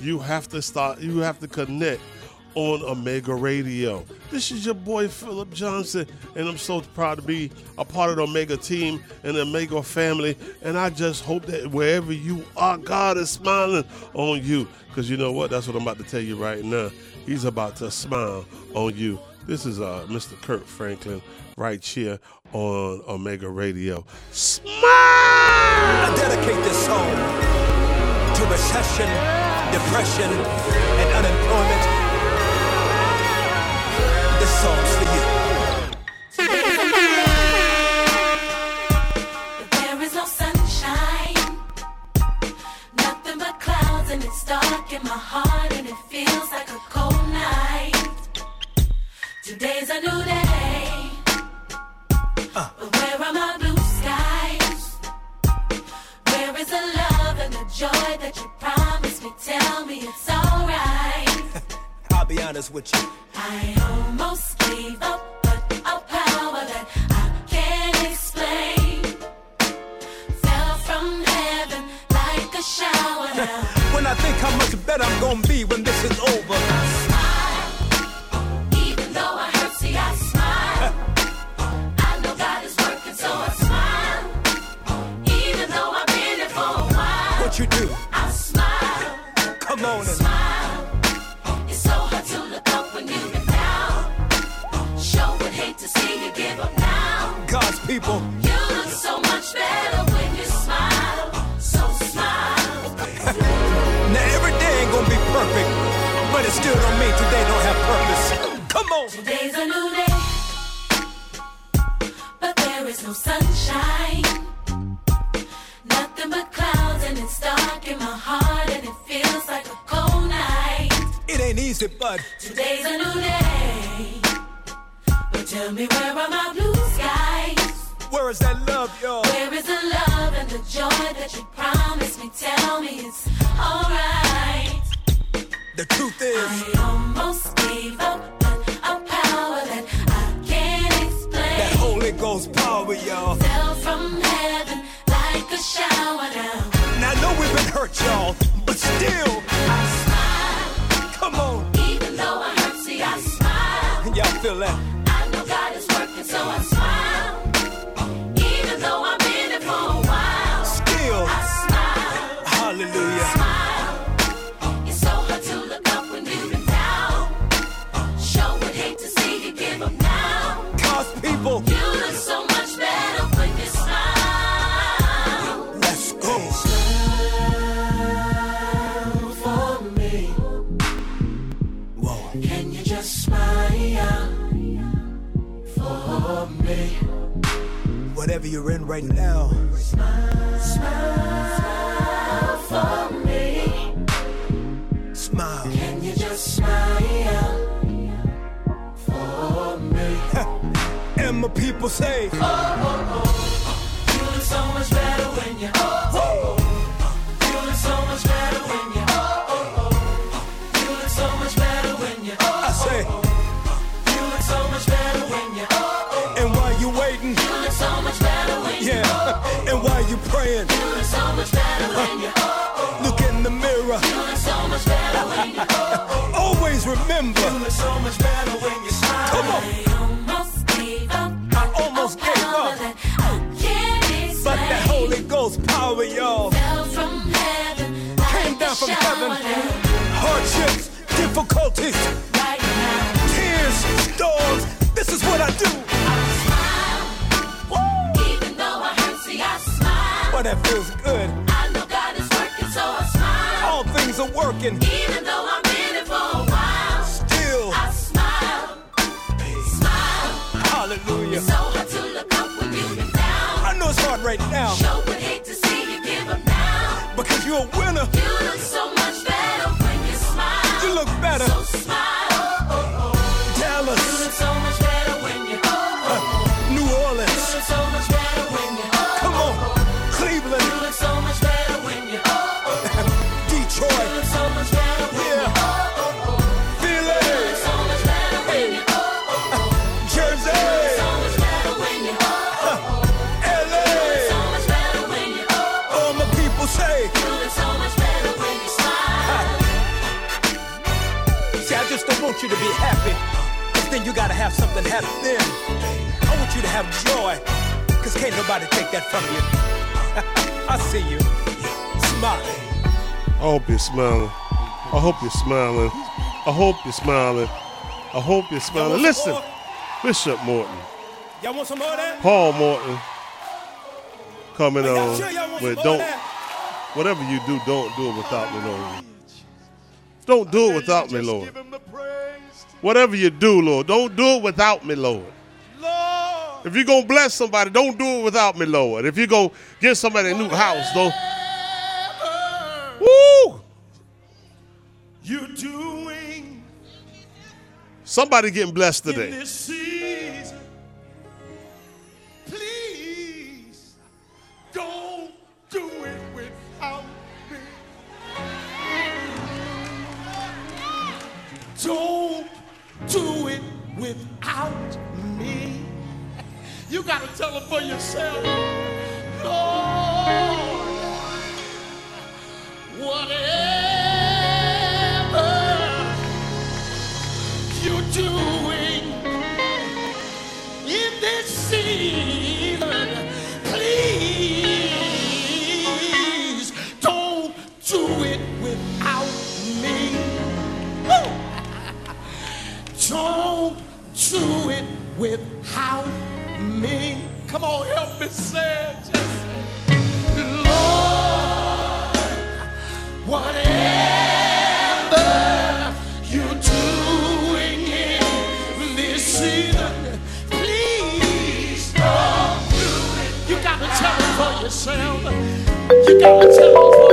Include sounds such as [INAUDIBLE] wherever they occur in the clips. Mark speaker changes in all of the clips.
Speaker 1: you have to start. You have to connect on Omega Radio. This is your boy Philip Johnson, and I'm so proud to be a part of the Omega team and the Omega family. And I just hope that wherever you are, God is smiling on you. Because you know what? That's what I'm about to tell you right now. He's about to smile on you. This is uh, Mr. Kurt Franklin right here on Omega Radio. Smile!
Speaker 2: I dedicate this song to recession, depression, and unemployment. This song's for you.
Speaker 3: There is no sunshine, nothing but clouds, and it's dark in my heart, and it feels like a cold night. Today's a new day, but where are my blue skies? Where is the love and the joy that you promised me? Tell me it's alright.
Speaker 2: I'll be honest with you.
Speaker 3: I almost gave up, but a power that I can't explain fell from heaven like a shower. Now
Speaker 2: When I think how much better I'm gonna be when this is over,
Speaker 3: I smile, even though I hurt, see I smile. I know God is working, so I smile, even though I've been here for a while.
Speaker 2: what you do?
Speaker 3: I smile,
Speaker 2: Come on and
Speaker 3: smile. It's so hard to look up when you've been down. Sure would hate to see you give up now.
Speaker 2: God's people.
Speaker 3: You look so much better when you smile. So smile.
Speaker 2: Now every day ain't gonna be perfect, but it still don't mean today don't have purpose. Come on.
Speaker 3: Today's a new day, but there is no sunshine. Nothing but clouds, and it's dark in my heart, and it feels like a cold night.
Speaker 2: It ain't easy, but
Speaker 3: Today's a new day, but tell me where are my blue skies?
Speaker 2: where is that love, y'all?
Speaker 3: Where is the love and the joy that you promised me? Tell me it's alright.
Speaker 2: The truth is,
Speaker 3: I almost gave up, but a power that I can't
Speaker 2: that
Speaker 3: explain
Speaker 2: Holy Ghost power, y'all.
Speaker 3: fell from heaven like a shower down.
Speaker 2: Now I know we've been hurt, y'all, but still,
Speaker 3: I smile,
Speaker 2: come on.
Speaker 3: even though I hurt, see I smile.
Speaker 2: Y'all feel that?
Speaker 3: I know God is working, so I smile. Even though I've been here for a while,
Speaker 2: Still,
Speaker 3: I smile,
Speaker 2: hallelujah.
Speaker 3: smile. It's so hard to look up when you've been down. Sure would hate to see you give up now.
Speaker 2: God's people,
Speaker 3: You look so much better when you smile.
Speaker 2: let's go.
Speaker 3: For me,
Speaker 2: Whoa.
Speaker 3: can you just smile for me?
Speaker 2: Whatever you're in right now,
Speaker 3: Smile oh, for me.
Speaker 2: smile.
Speaker 3: Can you just smile for me?
Speaker 2: And my people say,
Speaker 3: You look so much better when you oh oh oh. You look so much better when you oh oh oh. You look so much better when you oh.
Speaker 2: I say,
Speaker 3: You look so much better when you oh oh.
Speaker 2: and while you waiting,
Speaker 3: You look so much better when you oh.
Speaker 2: yeah, and while you praying,
Speaker 3: You look so much better when you oh oh.
Speaker 2: look in the mirror.
Speaker 3: You look so much better when you oh oh.
Speaker 2: Always remember,
Speaker 3: You look so much better when you smile.
Speaker 2: Come on.
Speaker 3: I almost gave up.
Speaker 2: I almost gave
Speaker 3: Power
Speaker 2: up,
Speaker 3: that I can't explain.
Speaker 2: but that Holy Ghost power, y'all.
Speaker 3: Fell from heaven.
Speaker 2: Came
Speaker 3: like
Speaker 2: down
Speaker 3: a
Speaker 2: from
Speaker 3: shower
Speaker 2: heaven.
Speaker 3: down.
Speaker 2: Hardships, difficulties,
Speaker 3: Right now.
Speaker 2: tears, storms. This is what I do.
Speaker 3: I smile. Even though I hurt, see, I smile.
Speaker 2: Oh, that feels good.
Speaker 3: I know God is working, so I smile.
Speaker 2: All things are working.
Speaker 3: Even though I've been it for a while.
Speaker 2: Still,
Speaker 3: I smile. Smile.
Speaker 2: hallelujah.
Speaker 3: It's so hard to look up when you've been down.
Speaker 2: I know it's hard right now
Speaker 3: Sure would hate to see you give up now.
Speaker 2: because you're a winner.
Speaker 3: You look so much better when you smile.
Speaker 2: You look better.
Speaker 3: So smile. Oh, oh, oh. You
Speaker 2: Dallas,
Speaker 3: look so much better when you. Oh, oh, oh.
Speaker 2: New
Speaker 3: You
Speaker 2: Orleans,
Speaker 3: look so much better when you. Oh,
Speaker 2: come
Speaker 3: oh,
Speaker 2: on,
Speaker 3: oh. You
Speaker 2: Cleveland,
Speaker 3: look so much better when you. Oh, oh, oh. You
Speaker 2: Detroit,
Speaker 3: look so much better when you.
Speaker 2: Yeah.
Speaker 3: Oh, oh, oh. You
Speaker 2: Philly,
Speaker 3: look so much better when you. Oh, oh, oh.
Speaker 2: Jersey,
Speaker 3: So much better when you. Oh, oh, oh. So
Speaker 2: LA.
Speaker 3: much better when you. Oh, oh, oh.
Speaker 2: All my people say,
Speaker 3: You look so much better when you smile.
Speaker 2: I just don't want you to be happy. Cause then you gotta have something happen then. I want you to have joy. Cause can't nobody take that from you. I see you. [LAUGHS] Smiling.
Speaker 1: I hope you're smiling. I hope you're smiling. I hope you're smiling. I hope you're smiling. Listen, Bishop Morton,
Speaker 2: Y'all want some more of that?
Speaker 1: Paul Morton, coming
Speaker 2: Y'all
Speaker 1: on
Speaker 2: sure y'all want some
Speaker 1: with
Speaker 2: more of
Speaker 1: don't.
Speaker 2: that?
Speaker 1: Whatever you do, don't do it without me, Lord. Don't do it without me, Lord. Whatever you do, Lord, don't do it without me, Lord. If you're gonna bless somebody, don't do it without me, Lord. If you go get somebody a new house, though. Woo!
Speaker 4: You're doing
Speaker 1: Somebody getting blessed
Speaker 4: in
Speaker 1: today.
Speaker 4: this season. Please don't do it without me. Don't do it without me. You gotta tell them for yourself. Lord, whatever you're doing in this season. Please don't do it without me. Woo! [LAUGHS] Don't do it without me. Come on, help me say it. Just, Lord, whatever you're doing in this season, please don't do it. You gotta tell it for yourself. You gotta tell it for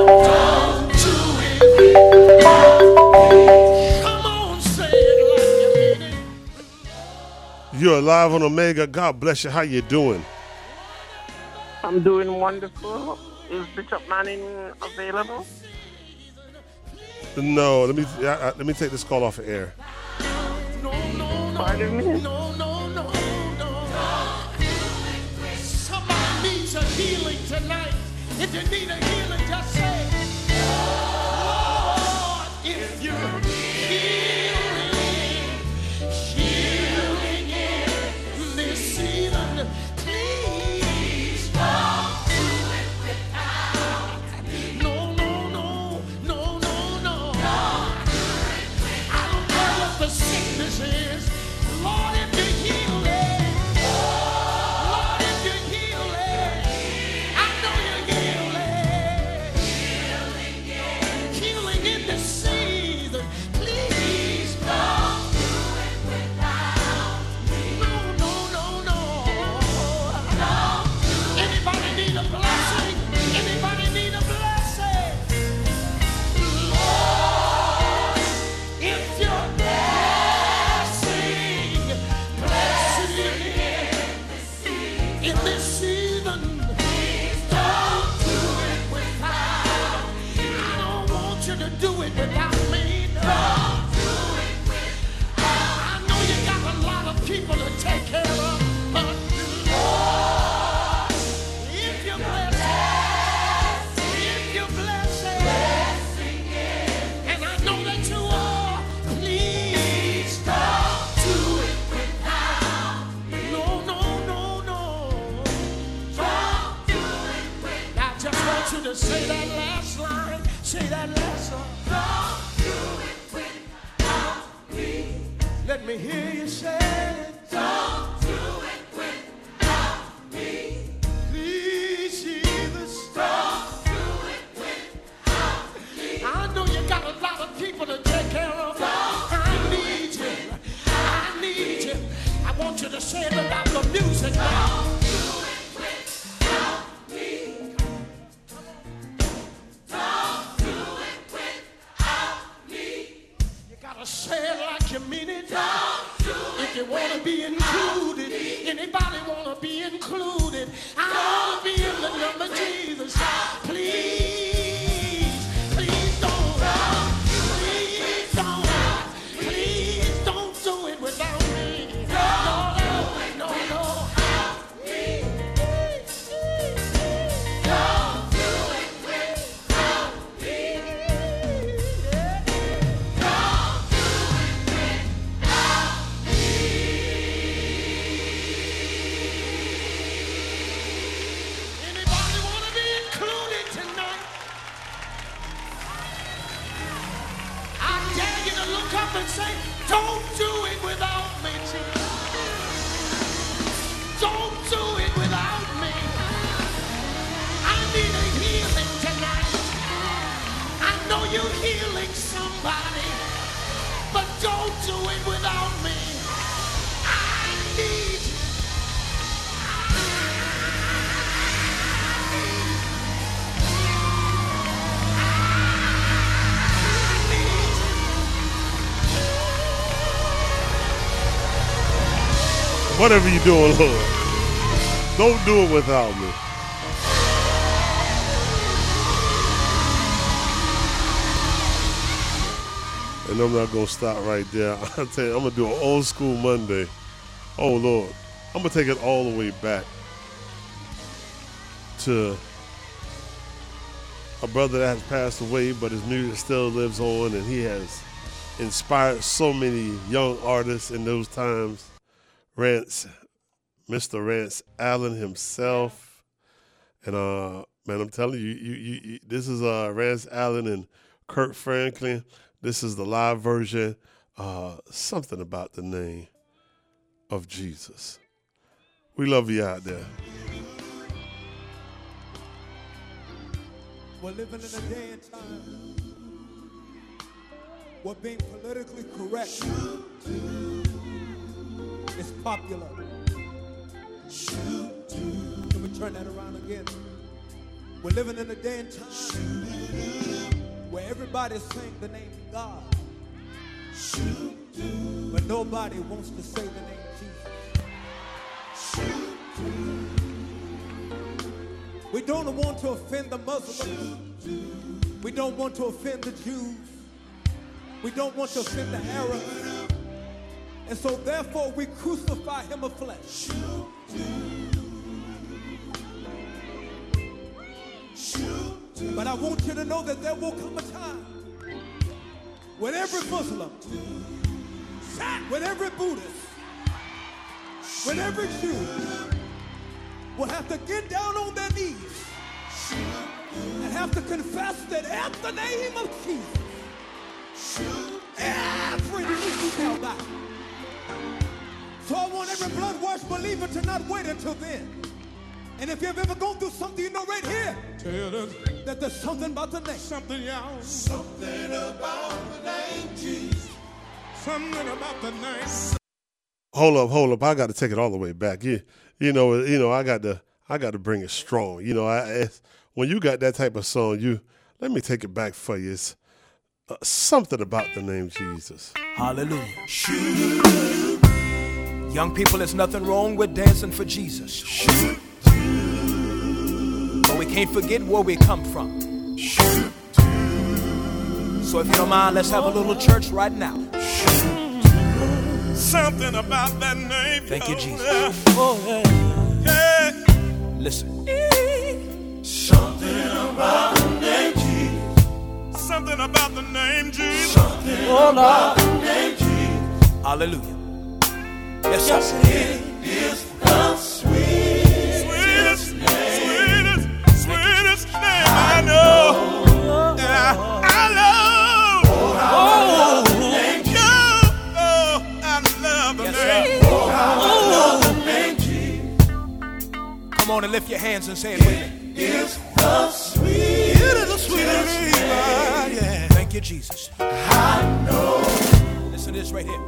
Speaker 4: yourself. Don't do it. Come on, say it like you mean it.
Speaker 1: You're alive on Omega. God bless you. How you doing?
Speaker 5: I'm doing wonderful. Is Bishop Manning available?
Speaker 1: No, let me I, I- let me take this call off of air.
Speaker 4: No, no, no.
Speaker 5: Pardon me?
Speaker 4: No, no, no, no. Somebody needs a healing tonight. If you need a healing, just say, Lord, if you're healing, healing in this season, please don't do it without me. No, no, no, no, no, no. I don't care what the sickness is. Lord, if you heal it. Lord, if you heal it. I know you heal it. Healing in the season. Please don't do it without me. No, no, no, no. Anybody need a blessing? Anybody need a blessing? Lord, if you're blessing, blessing in this season, please don't do it without. I don't want you to do it without me. Don't do it without. I know you got a lot of people to take care of, but Lord, if you're blessed, if you're blessed. And I know that you are. Please stop. Do it without. No, no, no, no. Stop. Do it without. I just want you to say that last line. Say that last line. Stop. Do it without me. Let me hear you say it. Don't do it without me. Please, Jesus. Don't do it without I know you got a lot of people to take care of. I need you. I need you. I want you to say it about the music now. You gotta Say it like you mean it. if you wanna be included, anybody wanna be included? I wanna be in the number Jesus. Please, please don't, please don't, please don't do it without me. No, no, no, no. Don't do it without me. Don't do up and say, Don't do it without me, Jesus. Don't do it without me. I need a healing tonight. I know you're healing somebody, but don't do it without me. I need you.
Speaker 1: Whatever you're doing, Lord, don't do it without me. And I'm not gonna stop right there. [LAUGHS] I tell you, I'm gonna do an old school Monday. Oh Lord, I'm gonna take it all the way back to a brother that has passed away, but his music still lives on, and he has inspired so many young artists in those times. Rance, Mr. Rance Allen himself, and uh, man, I'm telling you, you, you, you this is uh, Rance Allen and Kirk Franklin. This is the live version. Uh, something about the name of Jesus. We love you out there.
Speaker 2: We're living in a day and time where being politically correct is popular. Can we turn that around again? We're living in a day and time where everybody's saying the name God, but nobody wants to say the name Jesus. We don't want to offend the Muslims. We don't want to offend the Jews. We don't want to offend the Arabs. And so therefore we crucify him of flesh. But I want you to know that there will come a time when every Muslim, when every Buddhist, when every Jew will have to get down on their knees and have to confess that at the name of Jesus, every knee shall bow. So I want every blood washed believer to not wait until then. And if you've ever gone through something, you know right here
Speaker 4: Tell us
Speaker 2: that there's something about the name.
Speaker 4: something else. Something about the name Jesus. Something about the name.
Speaker 1: hold up, hold up. I got to take it all the way back. You, you know, you know, I got to, I got to bring it strong. You know, I it's, when you got that type of song, you let me take it back for you. It's uh, something about the name Jesus.
Speaker 2: Hallelujah. Young people, there's nothing wrong with dancing for Jesus. But we can't forget where we come from. So if you don't mind, let's have a little church right now.
Speaker 4: Something about that name.
Speaker 2: Thank you,
Speaker 4: Oh,
Speaker 2: Jesus.
Speaker 4: yeah. Hey.
Speaker 2: Listen.
Speaker 4: Something about the name Jesus.
Speaker 2: Hallelujah. Yes, sir.
Speaker 4: Sweetest, sweetest, sweetest name I know. Yeah, I love. Yeah, oh, I love the name.
Speaker 2: Come on and lift your hands and say it with me.
Speaker 4: It is the sweetest name. Yeah.
Speaker 2: Thank you, Jesus. I know. Listen to this right here.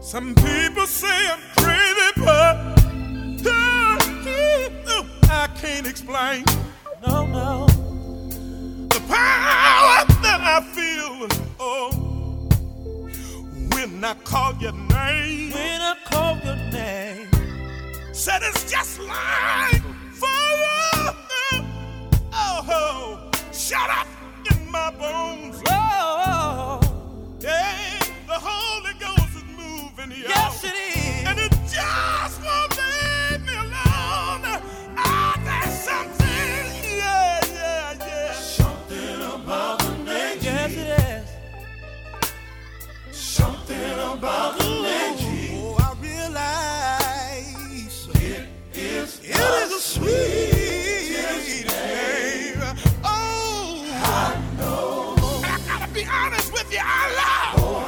Speaker 4: Some people say I'm crazy, but uh, I can't explain
Speaker 2: No, no.
Speaker 4: the power that I feel. Oh, when I call your name.
Speaker 2: I call your name.
Speaker 4: said it's just like fire. Oh, shut up in my bones.
Speaker 2: Oh,
Speaker 4: Yeah, the Holy Ghost is moving here.
Speaker 2: it
Speaker 4: And it just won't leave me alone. Oh, there's something. Yeah, yeah, yeah.
Speaker 2: Yes, it is.
Speaker 4: Oh, I realize it is a sweet name. Oh, I know. I gotta be honest with you. I love. Oh,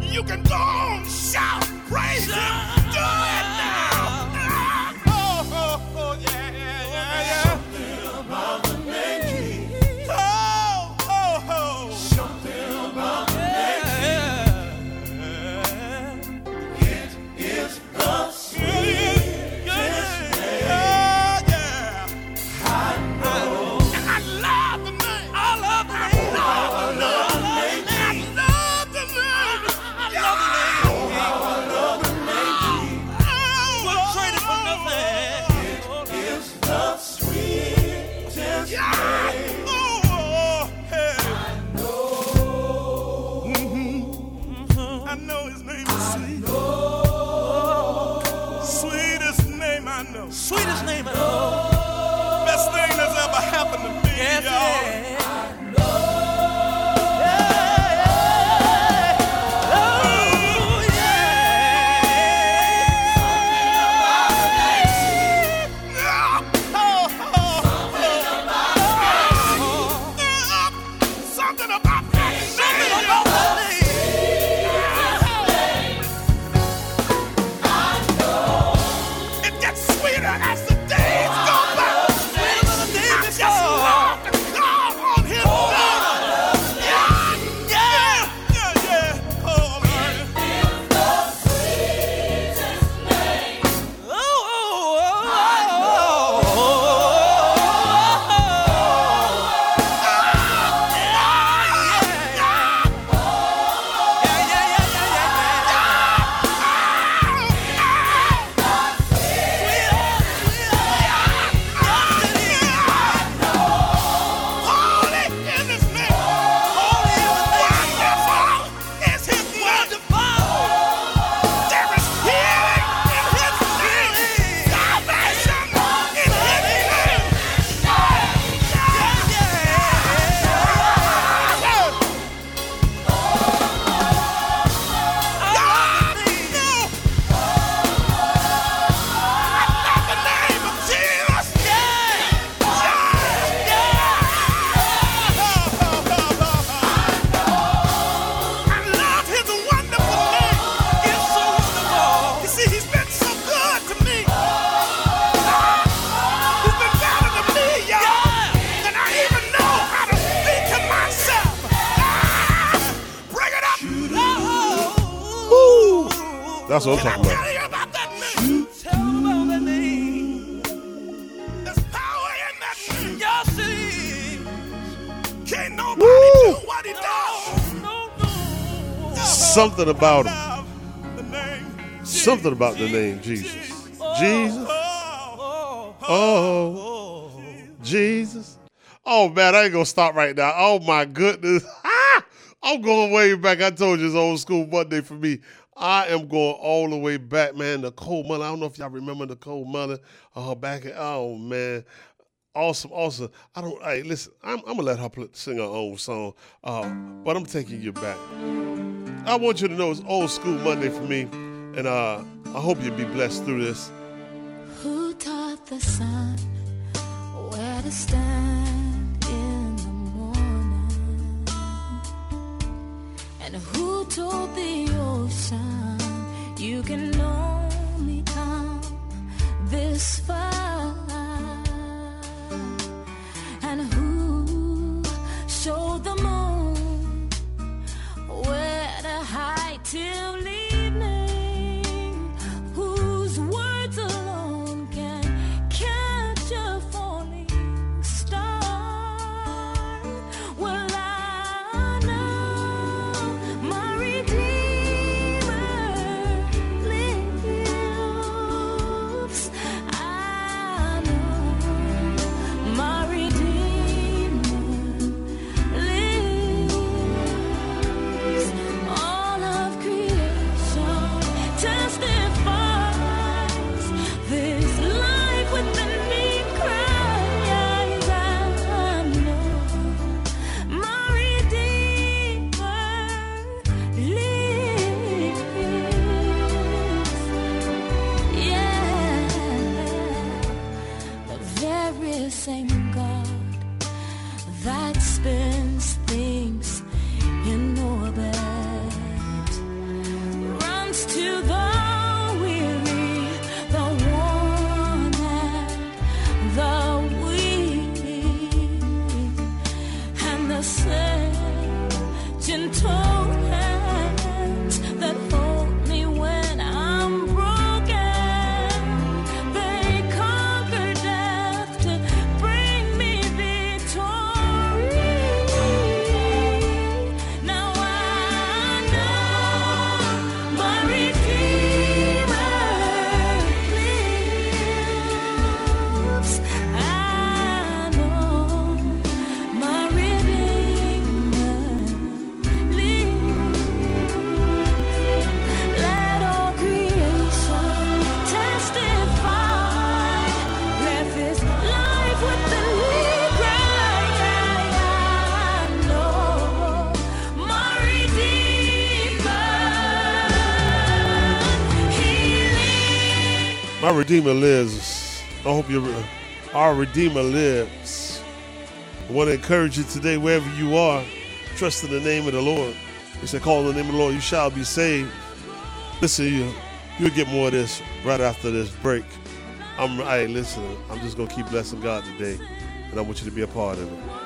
Speaker 6: You can go on, shout, praise Him. Do it now. Ah, Oh, oh, oh, yeah, yeah, yeah, yeah. Oh, oh, oh. Yeah, yeah, yeah, yeah. I love the man. I love the man. I love the man. I love the man. I love the man. I love the man. We'll trade it for
Speaker 2: Oh,
Speaker 6: nothing. It is the sweetest yeah. thing. Oh, hey. I know. Mm-hmm. I know his name is sweet. Sweetest name I know. Sweetest name I know best thing that's ever happened to me, y'all. Something about that name. It gets sweeter as the days go by. I just love to call on his name. Yeah, yeah, yeah, yeah. Oh, man. Oh, oh, oh, oh, oh. Yeah, yeah, yeah, yeah, yeah, yeah. Yeah. Ah,
Speaker 1: That's what I'm
Speaker 6: Can I
Speaker 1: talking about.
Speaker 6: tell you about that name? Tell about that name. There's power in that name. Y'all see. Can't nobody do what he does. No, no, no.
Speaker 1: Something about him.
Speaker 6: Love the name.
Speaker 1: Something about the name Jesus. Jesus.
Speaker 6: Oh, oh,
Speaker 1: Oh, Jesus. Oh, man, I ain't going to stop right now. Oh, my goodness. [LAUGHS] Ah, I'm going way back. I told you it's old school Monday for me. I am going all the way back, man. The cold mother. I don't know if y'all remember the cold mother. Oh, back in, oh, man. Awesome, awesome. I don't, hey, listen, I'm, I'm going to let her play, sing her own song, uh, but I'm taking you back. I want you to know it's old school Monday for me, and uh, I hope you'll be blessed through this.
Speaker 3: Who taught the sun where to stand in the morning? And who told the ocean you can only come this far? And who showed the moon where to hide till evening. Whose words alone can catch a falling star? Well, I know my redeemer lives. I know my redeemer lives. All of creation testifies this life within me cries. I know my Redeemer lives. Yeah, the very same God that spins things in orbit
Speaker 1: My Redeemer lives. I hope you, our Redeemer lives. I want to encourage you today, wherever you are, trust in the name of the Lord. He said, call on the name of the Lord, you shall be saved. Listen, you, you'll get more of this right after this break. I'm, hey, listen, I'm just going to keep blessing God today, and I want you to be a part of it.